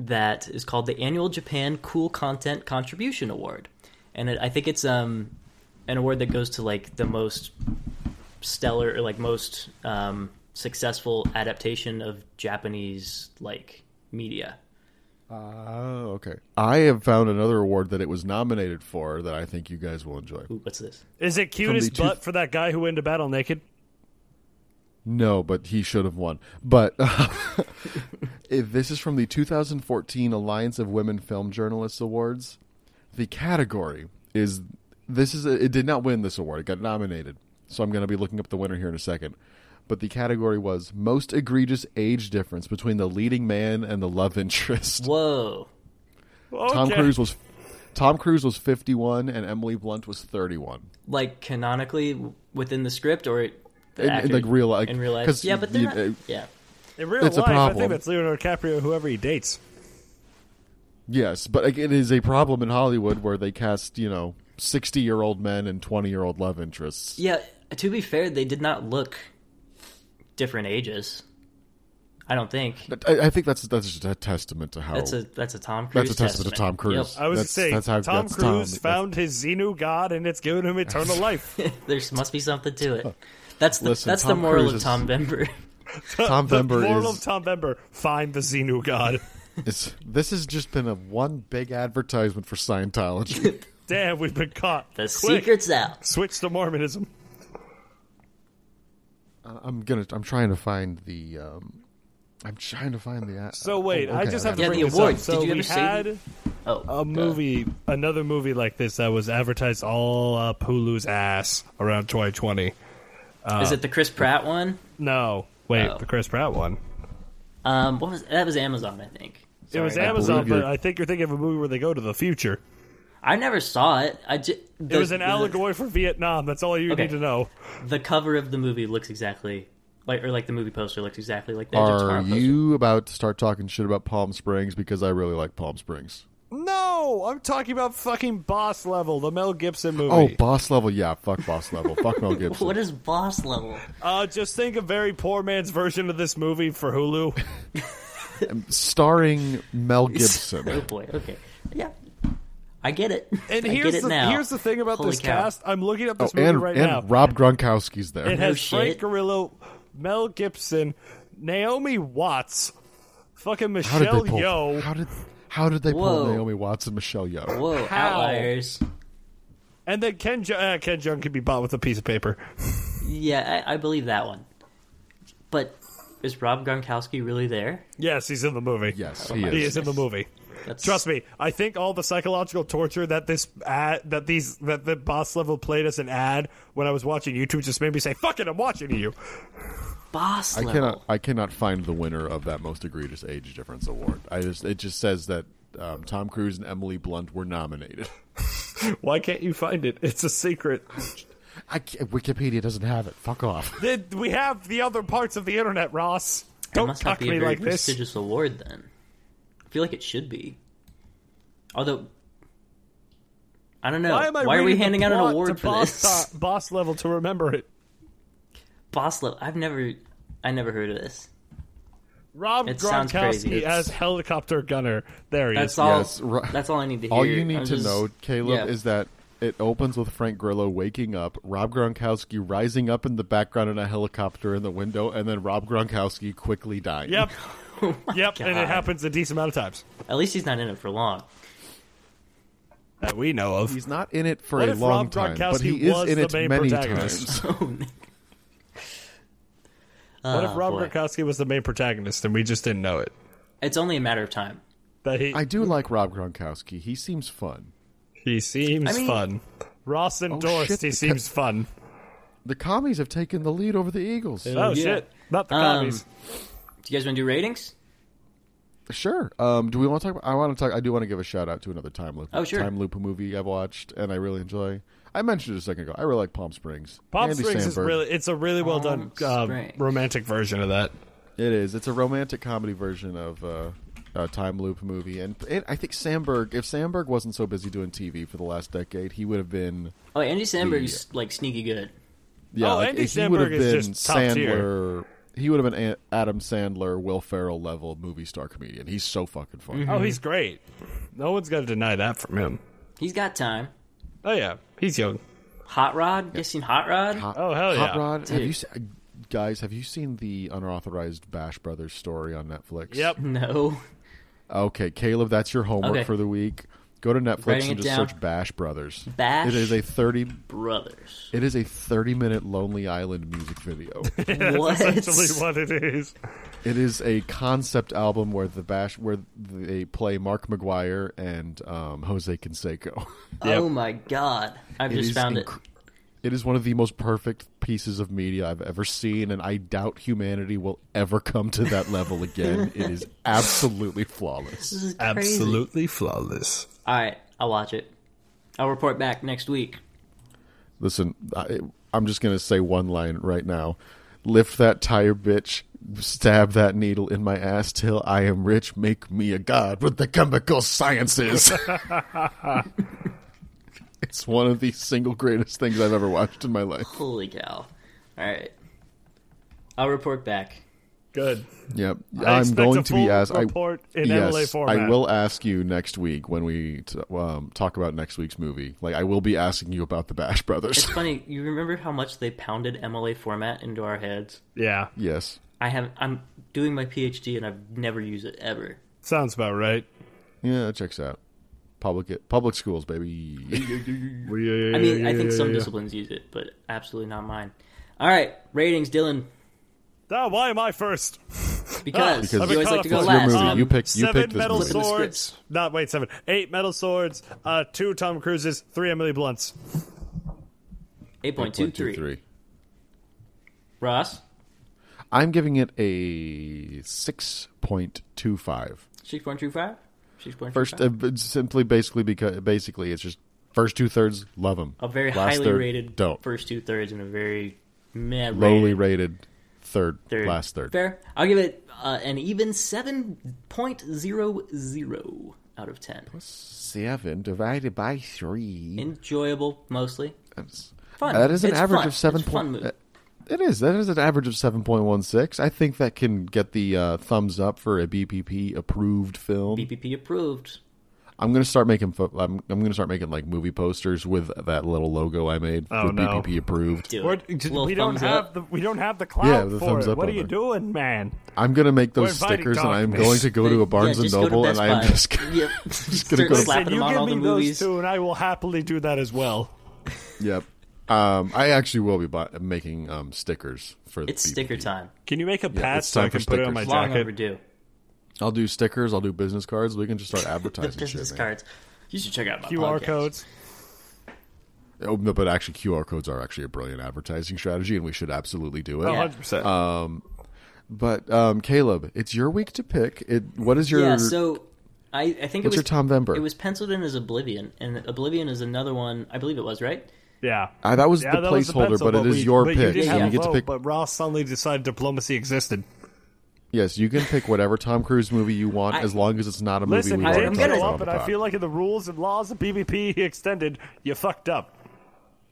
Speaker 2: that is called the Annual Japan Cool Content Contribution Award, and it, I think it's um, an award that goes to like the most stellar or like most um, successful adaptation of Japanese like media.
Speaker 3: Oh, okay. I have found another award that it was nominated for that I think you guys will enjoy.
Speaker 2: Ooh, what's this?
Speaker 1: Is it cutest
Speaker 3: two-
Speaker 1: butt for that guy who went to battle naked?
Speaker 3: No, but he should have won. But uh, if this is from the 2014 Alliance of Women Film Journalists Awards. The category is this is it did not win this award. It got nominated. So I'm going to be looking up the winner here in a second. But the category was most egregious age difference between the leading man and the love interest.
Speaker 2: Whoa!
Speaker 3: Tom
Speaker 1: Okay.
Speaker 3: Cruise was Tom Cruise was 51 and Emily Blunt was 31.
Speaker 2: Like canonically w- within the script or it- the
Speaker 3: In- in,
Speaker 2: actor-
Speaker 3: like, real life,
Speaker 2: in real life?
Speaker 3: 'cause
Speaker 2: Yeah, but they're
Speaker 3: you-
Speaker 2: not,
Speaker 3: uh,
Speaker 2: yeah.
Speaker 1: In real
Speaker 3: It's a
Speaker 1: life, I think
Speaker 3: problem.
Speaker 1: that's Leonardo DiCaprio, whoever he dates.
Speaker 3: Yes, but like, it is a problem in Hollywood where they cast, you know, 60-year-old men and 20-year-old love interests.
Speaker 2: Yeah, to be fair, they did not look different ages. I don't think
Speaker 3: But I, I think that's that's just a testament to how
Speaker 2: that's a that's a Tom Cruise.
Speaker 3: that's a testament to Tom Cruise.
Speaker 2: Yep.
Speaker 1: I was
Speaker 3: That's-
Speaker 1: saying,
Speaker 3: that's how-
Speaker 1: Tom
Speaker 3: that's
Speaker 1: Cruise
Speaker 3: Tom.
Speaker 1: found his Xenu god, and it's given him eternal life.
Speaker 2: There must be something to it. That's the,
Speaker 3: Listen,
Speaker 2: that's the
Speaker 3: Tom
Speaker 2: moral
Speaker 3: Cruise
Speaker 2: of
Speaker 3: is-
Speaker 2: Tom Bember.
Speaker 3: Tom
Speaker 1: the
Speaker 3: Bember
Speaker 1: moral
Speaker 3: is-
Speaker 1: of Tom Bember: find the Xenu god.
Speaker 3: It's- this has just been a one big advertisement for Scientology.
Speaker 1: Damn, we've been caught.
Speaker 2: The
Speaker 1: Quick,
Speaker 2: secret's out.
Speaker 1: Switch to Mormonism.
Speaker 3: I'm going to I'm trying to find the um I'm trying to find the
Speaker 1: So
Speaker 3: Oh,
Speaker 1: wait, I just have to
Speaker 2: Yeah,
Speaker 1: bring
Speaker 2: the
Speaker 1: this
Speaker 2: awards.
Speaker 1: up. So
Speaker 2: Did you
Speaker 1: we
Speaker 2: ever see them?
Speaker 1: had
Speaker 2: Oh,
Speaker 1: a movie, another movie like this that was advertised all up Hulu's ass around 2020. Uh,
Speaker 2: is it the Chris Pratt one?
Speaker 1: No, wait,
Speaker 2: Oh.
Speaker 1: the Chris Pratt one.
Speaker 2: Um, what was that? Was Amazon? I think
Speaker 1: it was
Speaker 2: Sorry.
Speaker 1: Amazon,
Speaker 3: believe you're-
Speaker 1: but I think you're thinking of a movie where they go to the future.
Speaker 2: I never saw it. I ju- the,
Speaker 1: It was an
Speaker 2: the-
Speaker 1: allegory for Vietnam. That's all you
Speaker 2: Okay.
Speaker 1: need to know.
Speaker 2: The cover of the movie looks exactly like, or like the movie poster looks exactly like the Edge of
Speaker 3: Are
Speaker 2: Tomorrow poster.
Speaker 3: you about to start talking shit about Palm Springs? Because I really like Palm Springs.
Speaker 1: No, I'm talking about fucking Boss Level, the Mel Gibson
Speaker 3: Oh,
Speaker 1: movie.
Speaker 3: boss level, yeah, fuck boss level, fuck Mel Gibson.
Speaker 2: What is boss level?
Speaker 1: uh, just think a very poor man's version of this movie for Hulu.
Speaker 3: Starring Mel
Speaker 2: oh
Speaker 3: Gibson.
Speaker 2: boy. Okay. Yeah. I get it.
Speaker 1: And
Speaker 2: I
Speaker 1: here's
Speaker 2: get it
Speaker 1: the
Speaker 2: now.
Speaker 1: here's the thing about
Speaker 2: Holy
Speaker 1: this
Speaker 2: cow.
Speaker 1: cast. I'm looking up
Speaker 3: oh,
Speaker 1: this movie
Speaker 3: and,
Speaker 1: right
Speaker 3: and
Speaker 1: now.
Speaker 3: Rob Gronkowski's there.
Speaker 1: It has
Speaker 2: shit.
Speaker 1: Frank Gorillo, Mel Gibson, Naomi Watts, fucking
Speaker 3: how did
Speaker 1: Michelle
Speaker 3: they pull?
Speaker 1: Yeoh.
Speaker 3: How did how did they
Speaker 2: Whoa.
Speaker 3: pull Naomi Watts and Michelle Yeoh?
Speaker 2: Whoa,
Speaker 1: How?
Speaker 2: outliers.
Speaker 1: and then Ken Jung, uh, Ken Jung can be bought with a piece of paper.
Speaker 2: Yeah, I, I believe that one. But is Rob Gronkowski really there?
Speaker 1: Yes, he's in the movie.
Speaker 3: Yes, he
Speaker 1: he
Speaker 3: is.
Speaker 1: is in the movie.
Speaker 2: That's,
Speaker 1: Trust me, I think all the psychological torture that this ad, that these that the boss level played as an ad when I was watching YouTube just made me say, "Fuck it, I'm watching you."
Speaker 2: boss
Speaker 3: I
Speaker 2: level.
Speaker 3: cannot I cannot find the winner of that most egregious age difference award. I just it just says that um, Tom Cruise and Emily Blunt were nominated.
Speaker 1: Why can't you find it? It's a secret.
Speaker 3: I can't, Wikipedia doesn't have it. Fuck off.
Speaker 1: Then we have the other parts of the internet, Ross.
Speaker 2: it
Speaker 1: Don't
Speaker 2: must not
Speaker 1: cuck
Speaker 2: be a
Speaker 1: me
Speaker 2: very
Speaker 1: like this.
Speaker 2: prestigious award then. I feel like it should be. Although I don't know.
Speaker 1: Why am I
Speaker 2: are we
Speaker 1: reading the
Speaker 2: handing out an
Speaker 1: plot
Speaker 2: award
Speaker 1: to
Speaker 2: for
Speaker 1: boss,
Speaker 2: this?
Speaker 1: uh, boss level to remember it.
Speaker 2: boss level. I've never I never heard of this.
Speaker 1: Rob
Speaker 2: It sounds
Speaker 1: Gronkowski
Speaker 2: crazy.
Speaker 1: as helicopter gunner. There he
Speaker 2: That's
Speaker 1: is.
Speaker 2: all
Speaker 3: Yes, ri-
Speaker 2: that's all I need to hear.
Speaker 3: All you need
Speaker 2: I'm
Speaker 3: to
Speaker 2: just-
Speaker 3: know, Caleb,
Speaker 2: yeah.
Speaker 3: is that it opens with Frank Grillo waking up, Rob Gronkowski rising up in the background in a helicopter in the window, and then Rob Gronkowski quickly dying.
Speaker 1: Yep. yep. And
Speaker 2: Oh God.
Speaker 1: it happens a decent amount of times
Speaker 2: at least he's not in it for long.
Speaker 1: that we know of.
Speaker 3: He's not in it for
Speaker 1: What
Speaker 3: a
Speaker 1: if
Speaker 3: long
Speaker 1: Rob
Speaker 3: time, but
Speaker 1: Gronkowski
Speaker 3: he is
Speaker 1: was
Speaker 3: in
Speaker 1: the
Speaker 3: it
Speaker 1: main
Speaker 3: many
Speaker 1: protagonist?
Speaker 3: times.
Speaker 1: what if Rob
Speaker 2: Oh, boy.
Speaker 1: Gronkowski was the main protagonist and we just didn't know it?
Speaker 2: It's only a matter of time.
Speaker 1: That he
Speaker 3: I do like Rob Gronkowski. He seems fun.
Speaker 1: he seems
Speaker 2: I mean-
Speaker 1: fun. Ross endorsed.
Speaker 3: shit,
Speaker 1: he
Speaker 3: the
Speaker 1: seems fun.
Speaker 3: The commies have taken the lead over the Eagles.
Speaker 1: Oh
Speaker 2: yeah.
Speaker 1: shit! Not the
Speaker 2: Um,
Speaker 1: commies.
Speaker 2: Do you guys want to do ratings?
Speaker 3: Sure. Um, do we want to talk about? I want to talk. I do want to give a shout out to another time loop.
Speaker 2: Oh, sure.
Speaker 3: Time loop movie I've watched and I really enjoy. I mentioned it a second ago. I really like Palm Springs.
Speaker 1: Palm
Speaker 3: Andy
Speaker 1: Springs is
Speaker 3: Samberg.
Speaker 1: really. It's a really well
Speaker 2: Palm
Speaker 1: done uh,
Speaker 2: Springs.
Speaker 1: romantic version of that.
Speaker 3: It is. It's a romantic comedy version of uh, a time loop movie, and it, I think Sandberg. If Sandberg wasn't so busy doing TV for the last decade, he would have been.
Speaker 2: Oh, Andy Samberg's like sneaky good.
Speaker 3: Yeah,
Speaker 1: Oh,
Speaker 3: like,
Speaker 1: Andy
Speaker 3: he would have
Speaker 1: Samberg is
Speaker 3: been
Speaker 1: just top tier.
Speaker 3: Sandler. He would have been A- Adam Sandler, Will Ferrell level movie star comedian. He's so fucking funny.
Speaker 1: Oh, he's great. No one's going to deny that from him.
Speaker 2: He's got time.
Speaker 1: Oh yeah, he's young.
Speaker 2: Hot Rod. You seen Hot Rod?
Speaker 3: Hot,
Speaker 1: Oh, hell
Speaker 3: Hot
Speaker 1: yeah.
Speaker 3: Rod. Have
Speaker 2: Dude.
Speaker 3: you se- guys? Have you seen the unauthorized Bash Brothers story on Netflix?
Speaker 1: Yep.
Speaker 2: No.
Speaker 3: Okay, Caleb, that's your homework
Speaker 2: Okay.
Speaker 3: for the week. Go to Netflix
Speaker 2: Writing
Speaker 3: and
Speaker 2: it
Speaker 3: just
Speaker 2: down.
Speaker 3: search Bash Brothers.
Speaker 2: Bash.
Speaker 3: It is a thirty.
Speaker 2: Brothers.
Speaker 3: It is a thirty-minute Lonely Island music video.
Speaker 2: what?
Speaker 1: Essentially what it is.
Speaker 3: it is a concept album where the Bash where they play Mark McGuire and um, Jose Canseco.
Speaker 2: Oh my god! I've
Speaker 3: It
Speaker 2: just
Speaker 3: is
Speaker 2: found
Speaker 3: inc- It is one of the most perfect pieces of media I've ever seen, and I doubt humanity will ever come to that level again. It is absolutely flawless.
Speaker 2: it. Absolutely.
Speaker 1: Absolutely flawless.
Speaker 2: All right, I'll watch it. I'll report back next week.
Speaker 3: Listen, I, I'm just going to say one line right now. Lift that tire, bitch. Stab that needle in my ass till I am rich. Make me a god with the chemical sciences. it's one of the single greatest things I've ever watched in my life.
Speaker 2: Holy cow! All right, I'll report back.
Speaker 1: Good.
Speaker 3: Yep.
Speaker 1: I
Speaker 3: am
Speaker 1: expect
Speaker 3: going
Speaker 1: a
Speaker 3: to be
Speaker 1: full
Speaker 3: asked.
Speaker 1: report
Speaker 3: I,
Speaker 1: in
Speaker 3: yes,
Speaker 1: MLA
Speaker 3: I
Speaker 1: format.
Speaker 3: will ask you next week when we t- um, talk about next week's movie. Like, I will be asking you about the Bash Brothers.
Speaker 2: It's funny. You remember how much they pounded MLA format into our heads?
Speaker 1: Yeah.
Speaker 3: yes.
Speaker 2: I have. I'm doing my PhD and I've never used it ever.
Speaker 1: Sounds about right.
Speaker 3: Yeah, it checks out. Public public schools, baby.
Speaker 2: I mean, I think some disciplines use it, but absolutely not mine. All right, ratings, Dylan,
Speaker 1: Ah, why am I first?
Speaker 2: because,
Speaker 1: Because
Speaker 2: you
Speaker 1: I've been
Speaker 2: always
Speaker 1: caught
Speaker 2: like to
Speaker 1: up
Speaker 2: go
Speaker 1: on
Speaker 3: your
Speaker 2: last.
Speaker 3: movie.
Speaker 2: Um,
Speaker 3: You picked-
Speaker 1: seven
Speaker 3: picked this
Speaker 1: metal
Speaker 3: movie.
Speaker 2: Look at the
Speaker 1: swords.
Speaker 2: scripts.
Speaker 1: Not wait, seven. Eight metal swords. Uh, two Tom Cruises. Three Emily Blunts.
Speaker 2: 8.23. Ross,
Speaker 3: I'm giving it a six point two five.
Speaker 2: 6.25? 6.25?
Speaker 3: First, uh, b- simply basically because basically it's just first two thirds love them.
Speaker 2: a very
Speaker 3: Last
Speaker 2: highly
Speaker 3: third,
Speaker 2: rated
Speaker 3: Don't
Speaker 2: first two thirds and a very meh
Speaker 3: lowly
Speaker 2: rated
Speaker 3: rated third,
Speaker 2: third.
Speaker 3: last third.
Speaker 2: Fair. I'll give it uh, an even 7.00 out of 10.
Speaker 3: Seven divided by three.
Speaker 2: Enjoyable, mostly.
Speaker 3: That's-
Speaker 2: Fun.
Speaker 3: That is an
Speaker 2: It's
Speaker 3: average
Speaker 2: fun.
Speaker 3: of seven
Speaker 2: It's a fun
Speaker 3: point.
Speaker 2: movie.
Speaker 3: It is. That is an average of seven point one six. I think that can get the uh, thumbs up for a BPP approved film.
Speaker 2: BPP approved.
Speaker 3: I'm gonna start making. Fo- I'm, I'm gonna start making like movie posters with that little logo I made
Speaker 1: Oh,
Speaker 3: with
Speaker 1: no.
Speaker 3: BPP approved.
Speaker 2: Do
Speaker 1: We're-
Speaker 2: it. Little
Speaker 1: we don't
Speaker 2: thumbs
Speaker 1: have
Speaker 2: up.
Speaker 1: the we don't have the clout
Speaker 3: Yeah, the
Speaker 1: for
Speaker 3: thumbs
Speaker 1: it.
Speaker 3: up
Speaker 1: what are
Speaker 3: on
Speaker 1: you
Speaker 3: there.
Speaker 1: doing, man?
Speaker 3: I'm gonna make
Speaker 1: We're
Speaker 3: those
Speaker 1: inviting
Speaker 3: stickers, and I'm
Speaker 1: darkness.
Speaker 3: going to go to a Barnes
Speaker 2: Yeah,
Speaker 3: and
Speaker 2: just go to
Speaker 3: Noble, and
Speaker 2: Best
Speaker 3: I'm
Speaker 2: Buy.
Speaker 3: just
Speaker 2: Yep.
Speaker 3: gonna
Speaker 2: Start
Speaker 3: go-
Speaker 2: slapping
Speaker 1: Said,
Speaker 2: them
Speaker 1: you
Speaker 2: on
Speaker 1: give
Speaker 2: all the
Speaker 1: me those
Speaker 2: movies.
Speaker 1: two, and I will happily do that as well.
Speaker 3: yep. Um, I actually will be bu- making um, stickers for the
Speaker 2: It's sticker
Speaker 3: BPP.
Speaker 2: time.
Speaker 1: Can you make a
Speaker 3: patch
Speaker 1: patch
Speaker 3: it's
Speaker 1: so
Speaker 3: so
Speaker 1: I
Speaker 3: time I
Speaker 1: can
Speaker 3: for
Speaker 1: put it on my
Speaker 3: stickers.
Speaker 2: Long
Speaker 1: jacket?
Speaker 2: overdue.
Speaker 3: I'll do stickers. I'll do business cards. We can just start
Speaker 2: The
Speaker 3: advertising.
Speaker 2: business
Speaker 3: shit, man.
Speaker 2: cards. You should check out my
Speaker 1: QR
Speaker 2: podcast.
Speaker 1: codes.
Speaker 3: Oh, no, but actually, QR codes are actually a brilliant advertising strategy, and we should absolutely do it.
Speaker 1: Oh,
Speaker 2: Yeah.
Speaker 1: 100%.
Speaker 3: But um, Caleb, it's your week to pick. It. What is your?
Speaker 2: Yeah, so I, I think it
Speaker 3: What's
Speaker 2: was
Speaker 3: your Tom Vember?
Speaker 2: It was penciled in as Oblivion, and Oblivion is another one. I believe it was right.
Speaker 1: yeah.
Speaker 3: Ah, that was
Speaker 1: Yeah,
Speaker 3: the
Speaker 1: that was the
Speaker 3: placeholder,
Speaker 1: pencil,
Speaker 3: but, it is
Speaker 1: we-
Speaker 3: your
Speaker 1: but
Speaker 3: pick.
Speaker 1: You, didn't
Speaker 3: so
Speaker 1: have
Speaker 3: you
Speaker 1: a
Speaker 3: get
Speaker 1: vote,
Speaker 3: to pick.
Speaker 1: But Ross suddenly decided diplomacy existed.
Speaker 3: Yes, you can pick whatever Tom Cruise movie you want,
Speaker 2: I-
Speaker 3: as long as it's not a
Speaker 1: Listen,
Speaker 3: movie.
Speaker 1: I
Speaker 3: we
Speaker 1: didn't
Speaker 2: I'm
Speaker 1: show
Speaker 2: gonna-
Speaker 1: up, and I feel like in the rules and laws of BBP extended, you fucked up.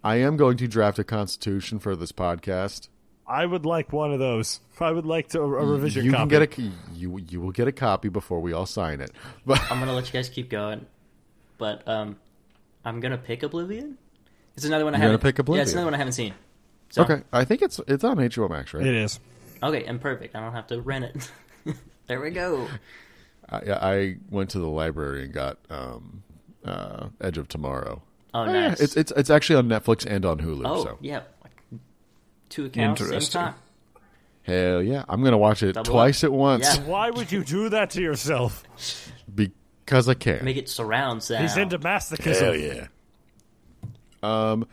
Speaker 3: I am going to draft a constitution for this podcast.
Speaker 1: I would like one of those. I would like to, a revision
Speaker 3: you
Speaker 1: copy.
Speaker 3: can get a you you will get a copy before we all sign it. But
Speaker 2: I'm gonna let you guys keep going, but um, I'm gonna pick Oblivion. It's another one I
Speaker 3: You're gonna
Speaker 2: haven't.
Speaker 3: pick
Speaker 2: Yeah, it's
Speaker 3: Oblivion.
Speaker 2: another one I haven't seen. So,
Speaker 3: okay, I think it's it's on HOM Max, right?
Speaker 1: It is.
Speaker 2: okay, and perfect. I don't have to rent it. there we go.
Speaker 3: I, I went to the library and got um, uh, Edge of Tomorrow.
Speaker 2: Oh,
Speaker 3: yeah,
Speaker 2: nice.
Speaker 3: It's it's it's actually on Netflix and on Hulu.
Speaker 2: Oh
Speaker 3: so
Speaker 2: yeah, two accounts same
Speaker 1: Interesting.
Speaker 2: time.
Speaker 3: hell yeah, I'm gonna watch it
Speaker 2: Double
Speaker 3: twice
Speaker 2: up.
Speaker 3: at once
Speaker 2: Yeah.
Speaker 1: Why would you do that to yourself?
Speaker 3: because I can.
Speaker 2: Make it surround sound.
Speaker 1: He's into masochism.
Speaker 3: Hell yeah. Um,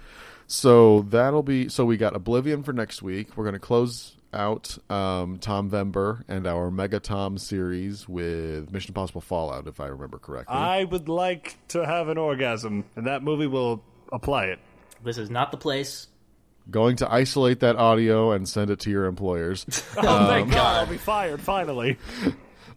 Speaker 3: so that'll be so we got Oblivion for next week. We're gonna close out um, Tom Vember and our Mega Tom series with Mission Impossible Fallout, if I remember correctly.
Speaker 1: I would like to have an orgasm, and that movie will apply it.
Speaker 2: This is not the place.
Speaker 3: going to isolate that audio and send it to your employers.
Speaker 1: Oh, thank God, I'll be fired finally.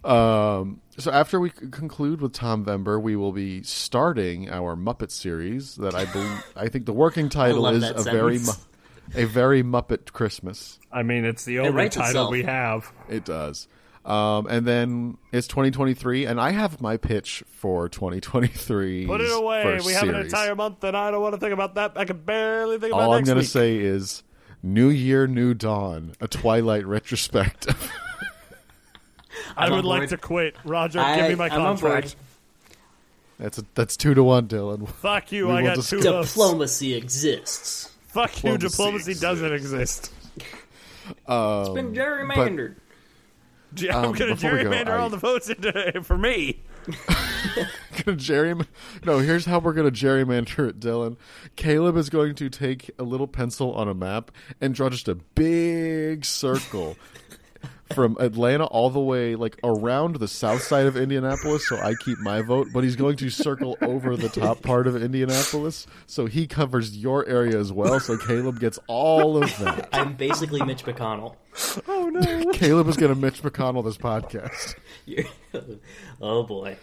Speaker 3: Um, so after we c- conclude with Tom Vember, we will be starting our Muppet series that I believe I think the working title
Speaker 2: love
Speaker 3: is
Speaker 2: that
Speaker 3: a very mu-
Speaker 2: sentence.
Speaker 3: a very Muppet Christmas.
Speaker 1: I mean, it's the only
Speaker 2: writes
Speaker 1: title
Speaker 2: itself.
Speaker 1: we have.
Speaker 3: It does. Um, and then it's 2023, and I have my pitch for 2023.
Speaker 1: Put it away.
Speaker 3: First
Speaker 1: we have an
Speaker 3: series.
Speaker 1: entire month, and I don't want to think about that. I can barely think about
Speaker 3: All I'm
Speaker 1: next
Speaker 3: gonna
Speaker 1: week.
Speaker 3: say is New Year, New Dawn, a Twilight retrospective.
Speaker 1: I
Speaker 2: I'm
Speaker 1: would
Speaker 2: on
Speaker 1: like
Speaker 2: board.
Speaker 1: to quit. Roger,
Speaker 2: I,
Speaker 1: give me my
Speaker 2: I'm on board.
Speaker 1: contract.
Speaker 3: that's a, that's two to one, Dylan.
Speaker 1: Fuck you,
Speaker 3: We
Speaker 1: I got
Speaker 3: will
Speaker 1: two
Speaker 3: discuss-
Speaker 1: of us.
Speaker 2: Diplomacy exists.
Speaker 1: Fuck you,
Speaker 3: Diplomacy
Speaker 1: diplomacy doesn't exist.
Speaker 2: It's been gerrymandered.
Speaker 1: Gee, I'm
Speaker 3: Um,
Speaker 1: gonna
Speaker 3: before we go,
Speaker 1: gerrymander
Speaker 3: I-
Speaker 1: all the votes into, for me.
Speaker 3: gonna gerryman- No, here's how we're gonna gerrymander it, Dylan. Caleb is going to take a little pencil on a map and draw just a big circle from Atlanta all the way like around the south side of Indianapolis. So I keep my vote, but he's going to circle over the top part of Indianapolis, so he covers your area as well. So Caleb gets all of that.
Speaker 2: I'm basically Mitch McConnell.
Speaker 1: Oh no.
Speaker 3: Caleb is gonna Mitch McConnell this podcast.
Speaker 2: You're- oh boy.